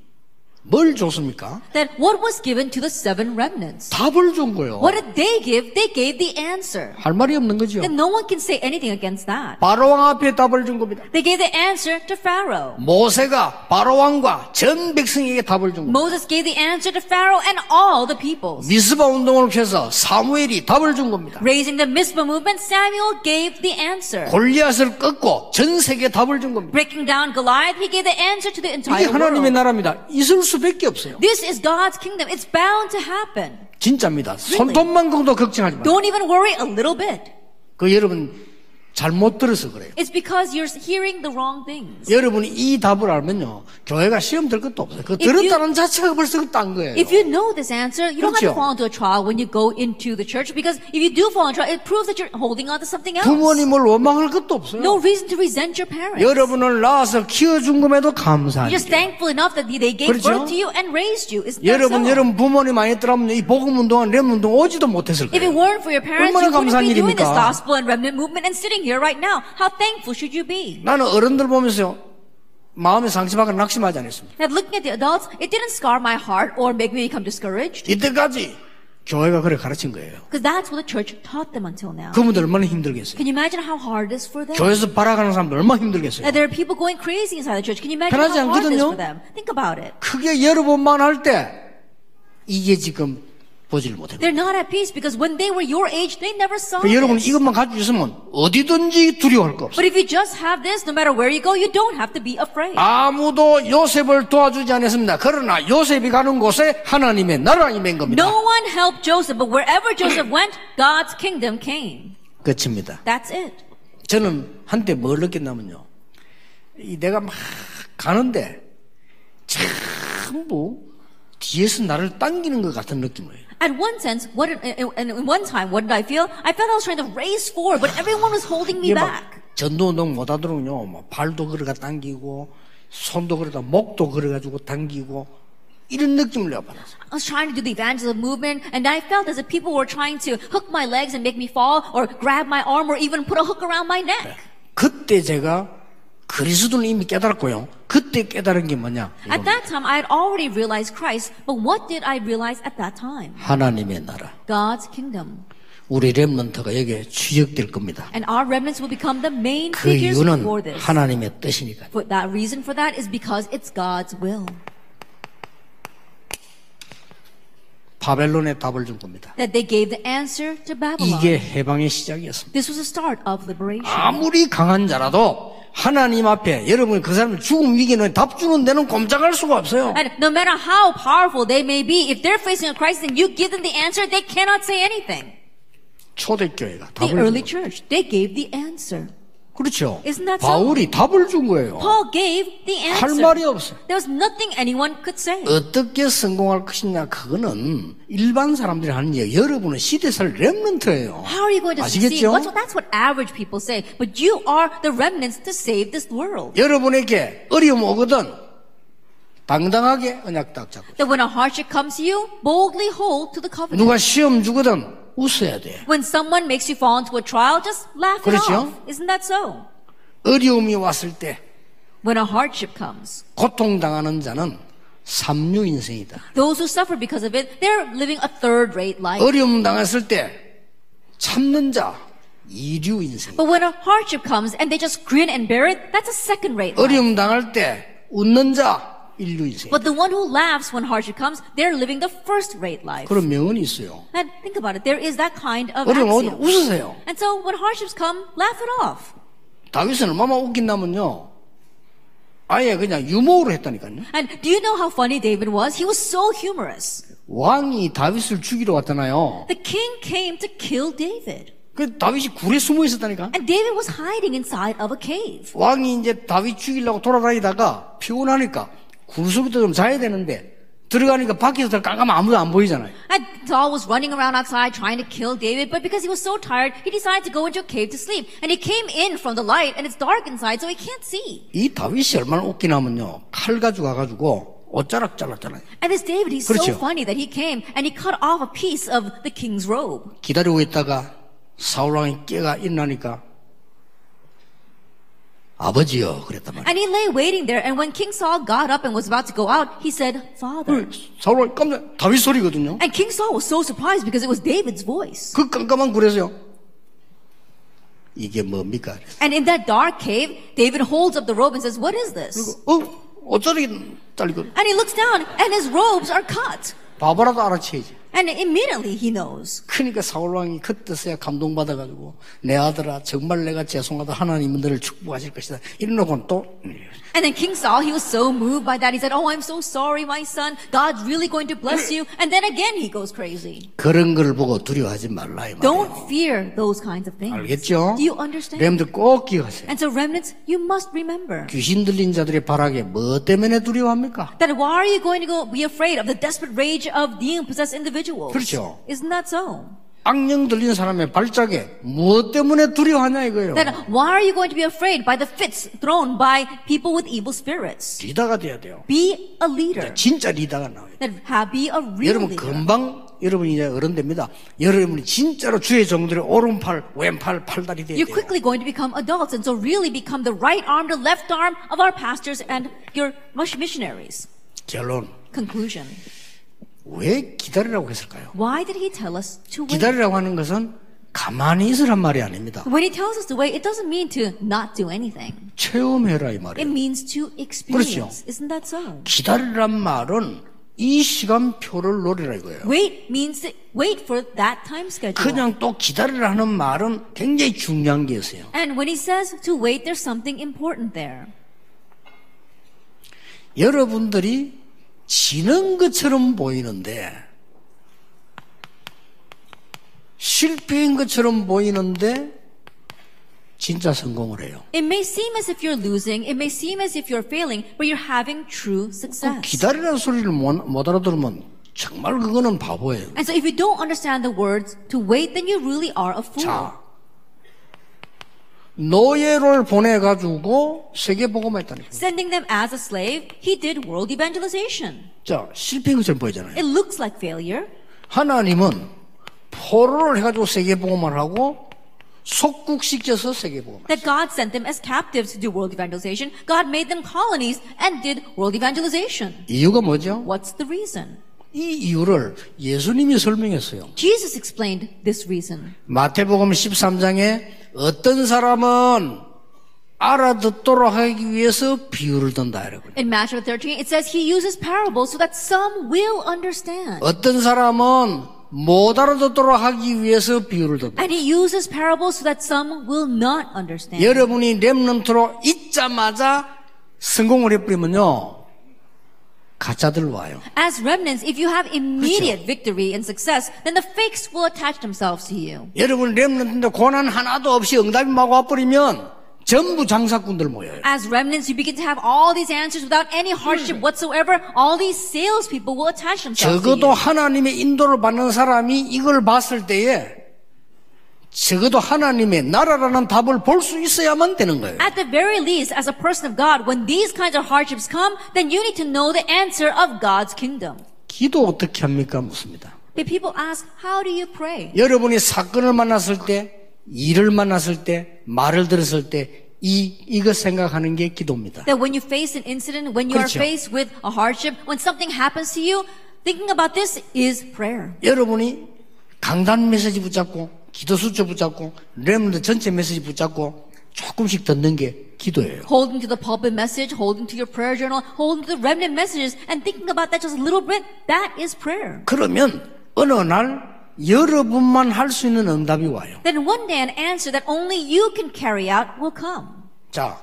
Speaker 1: 뭘 줬습니까?
Speaker 2: That what was given to the seven remnants.
Speaker 1: 답을 준 거예요.
Speaker 2: What did they give? They gave the answer.
Speaker 1: 할 말이 없는 거죠.
Speaker 2: And no one can say anything against that.
Speaker 1: 바로왕 앞에 답을 준 겁니다.
Speaker 2: They gave the answer to Pharaoh.
Speaker 1: 모세가 바로왕과 전 백성에게 답을 준 겁니다.
Speaker 2: Moses gave the answer to Pharaoh and all the peoples.
Speaker 1: 미스바 운동을 펴서 사무엘이 답을 준 겁니다.
Speaker 2: Raising the Mizpah movement, Samuel gave the answer.
Speaker 1: 골리앗을 꺾고 전 세계 답을 준 겁니다.
Speaker 2: Breaking down Goliath, he gave the answer to the
Speaker 1: 이게
Speaker 2: entire
Speaker 1: 하나님의
Speaker 2: world.
Speaker 1: 나라입니다. 있을 수밖에 없어요.
Speaker 2: This is God's kingdom. It's bound to happen.
Speaker 1: 진짜입니다.
Speaker 2: 네,
Speaker 1: 손톱만큼도 걱정하지 마세요.
Speaker 2: Don't even worry a little bit.
Speaker 1: 그 여러분 잘못 들어서 그래요.
Speaker 2: It's because you're hearing the wrong things.
Speaker 1: 여러분이 이 답을 알면요. 교회가 시험 들 것도 없어요. 그
Speaker 2: If you-
Speaker 1: 들었다는 자체가 벌써 딴 거예요.
Speaker 2: If you know this answer, you don't have
Speaker 1: 그렇죠.
Speaker 2: to fall into a trial when you go into the church because if you do fall into trial, it proves that you're holding on to something else.
Speaker 1: 부모님을 원망할 것도 없어요.
Speaker 2: No reason to resent your parents.
Speaker 1: 여러분을 낳아서 키워준 것에도 감사해요.
Speaker 2: You're just thankful enough that they gave
Speaker 1: 그렇죠.
Speaker 2: birth to you and raised you. Isn't that
Speaker 1: 여러분,
Speaker 2: so?
Speaker 1: 여러분 부모님 안 했더라면 이 복음 운동한 렘 운동 오지도 못했을
Speaker 2: If
Speaker 1: 거예요.
Speaker 2: it weren't for your parents,
Speaker 1: 얼마나
Speaker 2: you wouldn't be
Speaker 1: 감사한
Speaker 2: doing this
Speaker 1: 일입니까?
Speaker 2: gospel and remnant movement and sitting here right now. How thankful should you be?
Speaker 1: 나는 어른들 보면서요. 마음에 상심하거나 낙심하지 않았습니다.
Speaker 2: That looking at the adults, it didn't scar my heart or make me become discouraged
Speaker 1: 이때까지 교회가 그래 가르친 거예요.
Speaker 2: because that's what the church taught them until now.
Speaker 1: 그분들 얼마나 힘들겠어요.
Speaker 2: Can you imagine how hard it is for them?
Speaker 1: 교회에서 바라가는 사람들 얼마나 힘들겠어요.
Speaker 2: That there are people going crazy inside the church. Can you imagine
Speaker 1: 편하지
Speaker 2: how hard it is
Speaker 1: 않거든요.
Speaker 2: for them? Think about it.
Speaker 1: 크게 여러 번만 할 때 이게 지금 보지를 못해요.
Speaker 2: They're not at peace because when they were your age, they never saw
Speaker 1: 그러니까 여러분
Speaker 2: this.
Speaker 1: 이것만 가지고 있으면 어디든지 두려워할 거 없어요.
Speaker 2: But if you just have this, no matter where you go, you don't have to be afraid.
Speaker 1: 아무도 요셉을 도와주지 않았습니다. 그러나 요셉이 가는 곳에 하나님의 나라가 임한 겁니다.
Speaker 2: No one helped Joseph, but wherever Joseph went, God's kingdom came.
Speaker 1: 끝입니다.
Speaker 2: That's it.
Speaker 1: 저는 한때 뭘 느꼈냐면요. 이 내가 막 가는데 전부 뒤에서 나를 당기는 것 같은 느낌이에요.
Speaker 2: At one sense, what and in one time, what did I feel? I felt I was trying to race forward, but everyone was holding me
Speaker 1: 이게 막
Speaker 2: back.
Speaker 1: 전도운동 못하도록요. 막 발도 걸어가 당기고 손도 걸어가 목도 걸어가지고 당기고 이런 느낌을 내가 받았어요.
Speaker 2: I was trying to do the evangelism movement, and I felt as if people were trying to hook my legs and make me fall, or grab my arm, or even put a hook around my neck.
Speaker 1: 그때 제가 그리스도는 이미 깨달았고요. 그때 깨달은 게 뭐냐?
Speaker 2: At
Speaker 1: 이겁니다.
Speaker 2: that time, I had already realized Christ, but what did I realize at that time?
Speaker 1: 하나님의 나라.
Speaker 2: God's kingdom.
Speaker 1: 우리 렘넌트가 여기에 취역될 겁니다.
Speaker 2: And our remnants will become the main
Speaker 1: 그
Speaker 2: figures
Speaker 1: 이유는
Speaker 2: for this.
Speaker 1: 하나님의 뜻이니까.
Speaker 2: For that reason for that is because it's God's will.
Speaker 1: 바벨론의 답을 준 겁니다.
Speaker 2: That they gave the answer to Babylon.
Speaker 1: 이게 해방의 시작이었습니다.
Speaker 2: This was the start of liberation.
Speaker 1: 아무리 강한 자라도 하나님 앞에 여러분 그 사람을 죽음 위기는 답 주는 데는 꼼짝할 수가 없어요.
Speaker 2: And no matter how powerful they may be, if they're facing a crisis and you give them the answer, they cannot say anything.
Speaker 1: 초대교회가
Speaker 2: The
Speaker 1: 답을
Speaker 2: early
Speaker 1: 준 거예요.
Speaker 2: church, they gave the answer.
Speaker 1: 그렇죠.
Speaker 2: Isn't that so?
Speaker 1: 바울이 답을 준 거예요.
Speaker 2: Paul gave the
Speaker 1: 할 말이
Speaker 2: answer.
Speaker 1: 없어요.
Speaker 2: There was nothing anyone could say.
Speaker 1: 어떻게 성공할 것이냐 그거는 일반 사람들이 하는 얘기. 여러분은 시대살 렘런트예요.
Speaker 2: How are you going to succeed?
Speaker 1: 아시겠죠?
Speaker 2: What's, that's what average people say. But you are the remnants to save this world.
Speaker 1: 여러분에게 어려움 오거든 당당하게 언약 딱 잡고
Speaker 2: That when a hardship comes to you, boldly hold to the covenant.
Speaker 1: 누가 시험 주거든 웃어야 돼.
Speaker 2: When someone makes you fall into a trial, just laugh it
Speaker 1: 그렇죠.
Speaker 2: off. Isn't that so?
Speaker 1: 어려움이 왔을 때
Speaker 2: When a hardship comes,
Speaker 1: 고통당하는 자는 삼류 인생이다.
Speaker 2: those who suffer because of it, they're living a third-rate life.
Speaker 1: 어려움 당했을 때 참는 자 이류 인생이다.
Speaker 2: But when a hardship comes and they just grin and bear it, that's a second rate. life.
Speaker 1: 어려움 당할 때 웃는 자 인류 인생이다.
Speaker 2: But the one who laughs when hardship comes, they're living the first rate life.
Speaker 1: 그런 명언이 있어요.
Speaker 2: And think about it, there is that kind of
Speaker 1: 어려움 오면
Speaker 2: axiom.
Speaker 1: 웃으세요.
Speaker 2: And so when hardships come, laugh it off.
Speaker 1: 다윗은 얼마나 웃긴다면요. 아예 그냥 유머로 했다니까요.
Speaker 2: And do you know how funny David was? He was so humorous.
Speaker 1: 왕이 다윗을 죽이러 왔잖아요.
Speaker 2: The king came to kill David.
Speaker 1: 그 다윗이 굴에 숨어 있었다니까.
Speaker 2: And David was hiding inside of a cave.
Speaker 1: 왕이 이제 다윗 죽이려고 돌아다니다가 피곤하니까 굴 속에도 좀 자야 되는데 들어가니까 밖에서 깜깜하면 아무도 안 보이잖아요.
Speaker 2: And Saul was running around outside trying to kill David, but because he was so tired, he decided to go into a cave to sleep. And he came in from the light, and it's dark inside, so he can't see.
Speaker 1: 이 다윗이 얼마나 웃기냐면요. 칼 가지고 와가지고 옷자락 잘랐잖아요.
Speaker 2: And this David, he's so
Speaker 1: 그렇죠.
Speaker 2: funny that he came and he cut off a piece of the king's robe.
Speaker 1: 기다리고 있다가 사울왕이 깨가 일어나니까 아버지요. 그랬단 말이에요.
Speaker 2: And he lay waiting there. And when King Saul got up and was about to go out, he said, Father.
Speaker 1: 사울왕이 깜짝 다윗 소리거든요.
Speaker 2: And King Saul was so surprised because it was David's voice.
Speaker 1: 그 깜깜한 굴에서요. 이게 뭡니까? 그래서,
Speaker 2: And in that dark cave, David holds up the robe and says, What is this?
Speaker 1: 어? 옷자락이 잘리고
Speaker 2: And he looks down and his robes are cut.
Speaker 1: 바보라도 알아채야지.
Speaker 2: And immediately he knows.
Speaker 1: 그러니까 사울왕이 그때서야 감동받아가지고 내 아들아 정말 내가 죄송하다 하나님은 너를 축복하실 것이다 이러고는 또
Speaker 2: And then King Saul, he was so moved by that. He said, Oh, I'm so sorry, my son. God's really going to bless you. And then again, he goes crazy.
Speaker 1: 그런 걸 보고 두려워하지 말라 이 말이에요
Speaker 2: Don't fear those kinds of things.
Speaker 1: 알겠죠?
Speaker 2: Do you understand?
Speaker 1: 여러분들 꼭 기억하세요
Speaker 2: And so, remnants, you must remember
Speaker 1: 귀신 들린 자들의 발악에 뭐 때문에 두려워합니까?
Speaker 2: that why are you going to go be afraid of the desperate rage of demon possessed individuals?
Speaker 1: 그렇죠.
Speaker 2: Isn't that so?
Speaker 1: 악령 들린 사람의 발작에 무엇 때문에 두려워하냐 이거예요
Speaker 2: That why are you going to be afraid by the fits thrown by people with evil spirits?
Speaker 1: 리더가 돼야 돼요
Speaker 2: Be a leader.
Speaker 1: 진짜 리더가 나와요
Speaker 2: That have be a real
Speaker 1: 여러분
Speaker 2: leader.
Speaker 1: 금방 여러분이 이제 어른 됩니다 여러분이 진짜로 주의 정들의 오른팔 왼팔 팔다리 돼야
Speaker 2: You're
Speaker 1: 돼요
Speaker 2: quickly going to become adults and so really become the right arm, the left arm of our pastors and your mush- missionaries.
Speaker 1: 결론
Speaker 2: Conclusion.
Speaker 1: 왜 기다리라고 했을까요?
Speaker 2: Why did he tell us to wait?
Speaker 1: 기다리라고 하는 것은 가만히 있으란 말이 아닙니다.
Speaker 2: When he tells us to wait, it doesn't mean to not do anything.
Speaker 1: 체험해라 이
Speaker 2: It
Speaker 1: 말이에요.
Speaker 2: means to experience. Isn't that so?
Speaker 1: 기다리란 말은 이 시간표를 노리라 이거예요.
Speaker 2: Wait means that- wait for that time schedule.
Speaker 1: 그냥 또 기다리라 하는 말은 굉장히 중요한 게 있어요.
Speaker 2: And when he says to wait, there's something important there.
Speaker 1: 여러분들이 지는 것처럼 보이는데 실패인 것처럼 보이는데 진짜 성공을 해요.
Speaker 2: It may seem as if you're losing, it may seem as if you're failing, but you're having true success.
Speaker 1: 기다리라는 소리를 못, 못 알아들으면 정말 그거는 바보예요.
Speaker 2: And so if you don't understand the words to wait, then you really are a fool.
Speaker 1: 자, 노예를 보내가지고 세계보고만 했다니까.
Speaker 2: Sending them as a slave, he did world evangelization.
Speaker 1: 자, 실패인 것처럼 보이잖아요.
Speaker 2: It looks like failure.
Speaker 1: 하나님은 포로를 해가지고 세계보고만 하고 속국시켜서 세계보고만.
Speaker 2: That God sent them as captives to do world evangelization. God made them colonies and did world evangelization.
Speaker 1: 이유가 뭐죠?
Speaker 2: What's the reason?
Speaker 1: 이 이유를 예수님이 설명했어요.
Speaker 2: Jesus explained this reason.
Speaker 1: 마태복음 13장에 어떤 사람은 알아듣도록 하기 위해서 비유를 든다 이러고.
Speaker 2: In Matthew 13, it says he uses parables so that some will understand.
Speaker 1: 어떤 사람은 못 알아듣도록 하기 위해서 비유를 든다.
Speaker 2: And he uses parables so that some will not understand.
Speaker 1: 여러분이 렘넌트로 있자마자 성공을 해버리면요 가짜들 와요.
Speaker 2: As remnants, if you have immediate victory and success, then the fakes will attach themselves to you.
Speaker 1: 여러분 렘넌트인데 고난 하나도 없이 응답이 막 와버리면 전부 장사꾼들 모여요.
Speaker 2: As remnants, you begin to have all these answers without any hardship whatsoever. All these salespeople will attach themselves to
Speaker 1: 적어도
Speaker 2: you.
Speaker 1: 하나님의 인도를 받는 사람이 이걸 봤을 때에 적어도 하나님의 나라라는 답을 볼 수 있어야만 되는 거예요.
Speaker 2: At the very least, as a person of God, when these kinds of hardships come, then you need to know the answer of God's kingdom.
Speaker 1: 기도 어떻게 합니까? 묻습니다.
Speaker 2: But people ask, how do you pray?
Speaker 1: 여러분이 사건을 만났을 때, 일을 만났을 때, 말을 들었을 때, 이, 이거 생각하는 게 기도입니다.
Speaker 2: That when you face an incident, when you are
Speaker 1: 그렇죠.
Speaker 2: faced with a hardship, when something happens to you, thinking about this is prayer.
Speaker 1: 여러분이 강단 메시지 붙잡고, 기도 수첩 붙잡고, 렘드 전체 메시지 붙잡고, 조금씩 듣는 게 기도예요.
Speaker 2: holding to the pulpit message, holding to your prayer journal, holding to the remnant messages, and thinking about that just a little bit, that is prayer.
Speaker 1: 그러면 어느 날 여러분만 할 수 있는 응답이 와요.
Speaker 2: Then one day an answer that only you can carry out will come.
Speaker 1: 자,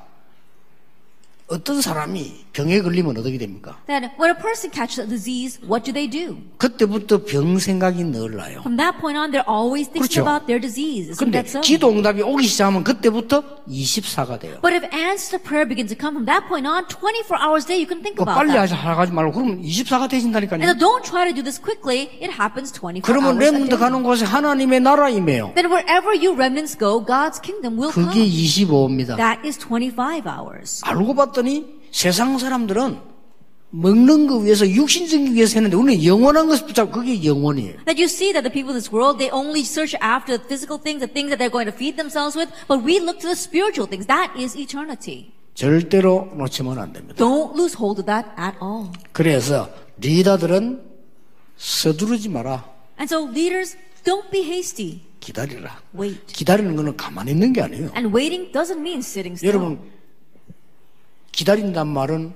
Speaker 1: 어떤 사람이 병에 걸리면 어떻게 됩니까?
Speaker 2: Then when a person catches a disease, what do they do?
Speaker 1: 그때부터 병 생각이 늘 나요.
Speaker 2: From that point on, they're always thinking
Speaker 1: 그렇죠.
Speaker 2: about their disease. Isn't
Speaker 1: 근데
Speaker 2: that so?
Speaker 1: 기도 응답이 오기 시작하면 그때부터 24가 돼요. 어,
Speaker 2: But if answers to prayer begin to come from that point on, 24 hours a day, you can think
Speaker 1: 그
Speaker 2: about
Speaker 1: 빨리
Speaker 2: that.
Speaker 1: 하지 하지 말고 그러면 24가
Speaker 2: And so
Speaker 1: 되신다니까요.
Speaker 2: don't try to do this quickly. It happens 24
Speaker 1: 그러면
Speaker 2: hours a
Speaker 1: 렘드
Speaker 2: day.
Speaker 1: 가는 곳에 하나님의 나라임해요.
Speaker 2: Then wherever you remnants go, God's kingdom will
Speaker 1: 그게
Speaker 2: come.
Speaker 1: 25입니다.
Speaker 2: That is 25 hours.
Speaker 1: 알고 봤더니 세상 사람들은 먹는 거 위해서 육신적인 거 위해서 했는데 우리는 영원한 것을 붙잡고 그게 영원이에요.
Speaker 2: That you see that the people of this world, they only search after the physical things, the things that they're going to feed themselves with, but we look to the spiritual things. That is eternity.
Speaker 1: 절대로 놓치면 안 됩니다.
Speaker 2: Don't lose hold of that at all.
Speaker 1: 그래서 리더들은 서두르지 마라.
Speaker 2: And so leaders, don't be hasty.
Speaker 1: 기다리라.
Speaker 2: Wait.
Speaker 1: 기다리는 거는 가만히 있는 게 아니에요.
Speaker 2: And waiting doesn't mean sitting still.
Speaker 1: 여러분 기다린단 말은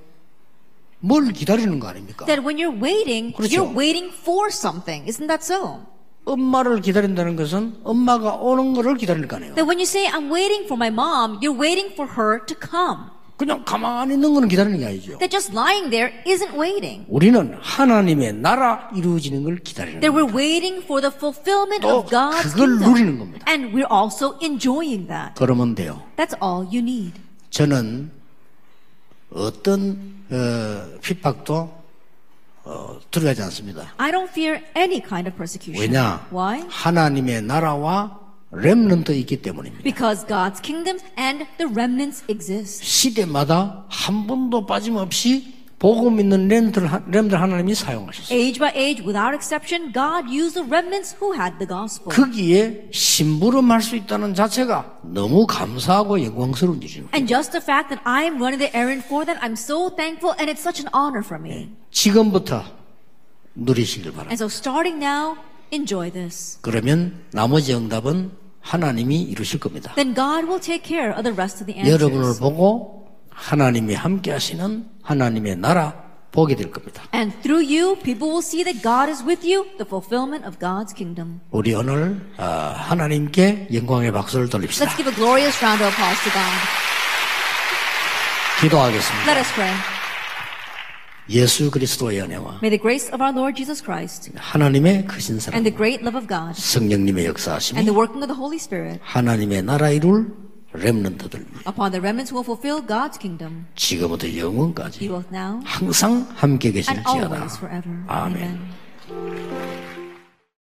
Speaker 1: 뭘 기다리는 거 아닙니까?
Speaker 2: That when you're waiting,
Speaker 1: 그렇죠.
Speaker 2: you're waiting for something. Isn't that so?
Speaker 1: 엄마를 기다린다는 것은 엄마가 오는 거를 기다리는 거 아니에요.
Speaker 2: That when you say, I'm waiting for my mom, you're waiting for her to come.
Speaker 1: 그냥 가만히 있는 거는 기다리는 게 아니죠.
Speaker 2: That just lying there isn't waiting.
Speaker 1: 우리는 하나님의 나라 이루어지는 걸 기다리는
Speaker 2: That
Speaker 1: 거예요.
Speaker 2: we're waiting for the fulfillment
Speaker 1: 또
Speaker 2: of God's
Speaker 1: Oh, 그걸 누리는
Speaker 2: kingdom.
Speaker 1: 겁니다.
Speaker 2: And we're also enjoying that.
Speaker 1: 그러면 돼요.
Speaker 2: That's all you need.
Speaker 1: 저는 어떤 어, 핍박도 어, 들어가지 않습니다.
Speaker 2: I don't fear any kind of persecution.
Speaker 1: 왜냐?
Speaker 2: Why?
Speaker 1: 하나님의 나라와 렘넌트 있기 때문입니다.
Speaker 2: Because God's kingdom and the remnants exist.
Speaker 1: 시대마다 한 번도 빠짐없이 복음 있는 렘들 렘들 하나님이 사용하셨어요.
Speaker 2: Age by age, without exception, God used the remnants who had the gospel.
Speaker 1: 거기에 심부름할 수 있다는 자체가 너무 감사하고 영광스러운 일이죠.
Speaker 2: And just the fact that I'm running the errand for them, I'm so thankful and it's such an honor for me.
Speaker 1: 지금부터 누리시길 바랍니다.
Speaker 2: And so starting now, enjoy this.
Speaker 1: 그러면 나머지 응답은 하나님이 이루실 겁니다.
Speaker 2: Then God will take care 네. of the rest of the
Speaker 1: 여러분을
Speaker 2: answers.
Speaker 1: 보고 하나님이 함께 하시는 하나님의 나라 보게 될 겁니다.
Speaker 2: And through you, people will see that God is with you, the fulfillment of God's kingdom.
Speaker 1: 우리 오늘 어, 하나님께 영광의 박수를 돌립시다.
Speaker 2: Let's give a glorious round of applause to God.
Speaker 1: 기도하겠습니다.
Speaker 2: Let us pray.
Speaker 1: 예수 그리스도의 은혜와
Speaker 2: May the grace of our Lord Jesus Christ
Speaker 1: 하나님의 크신 사랑,
Speaker 2: and the great love of God
Speaker 1: 성령님의
Speaker 2: and
Speaker 1: 역사하심이
Speaker 2: the working of the Holy Spirit
Speaker 1: 하나님의 나라 이룰 렘넌트들
Speaker 2: upon the remnants who will fulfill God's kingdom,
Speaker 1: 지금부터
Speaker 2: you
Speaker 1: 영원까지
Speaker 2: both now
Speaker 1: 항상 함께
Speaker 2: and
Speaker 1: 계실지어다.
Speaker 2: always forever.
Speaker 1: 아멘.
Speaker 2: Amen.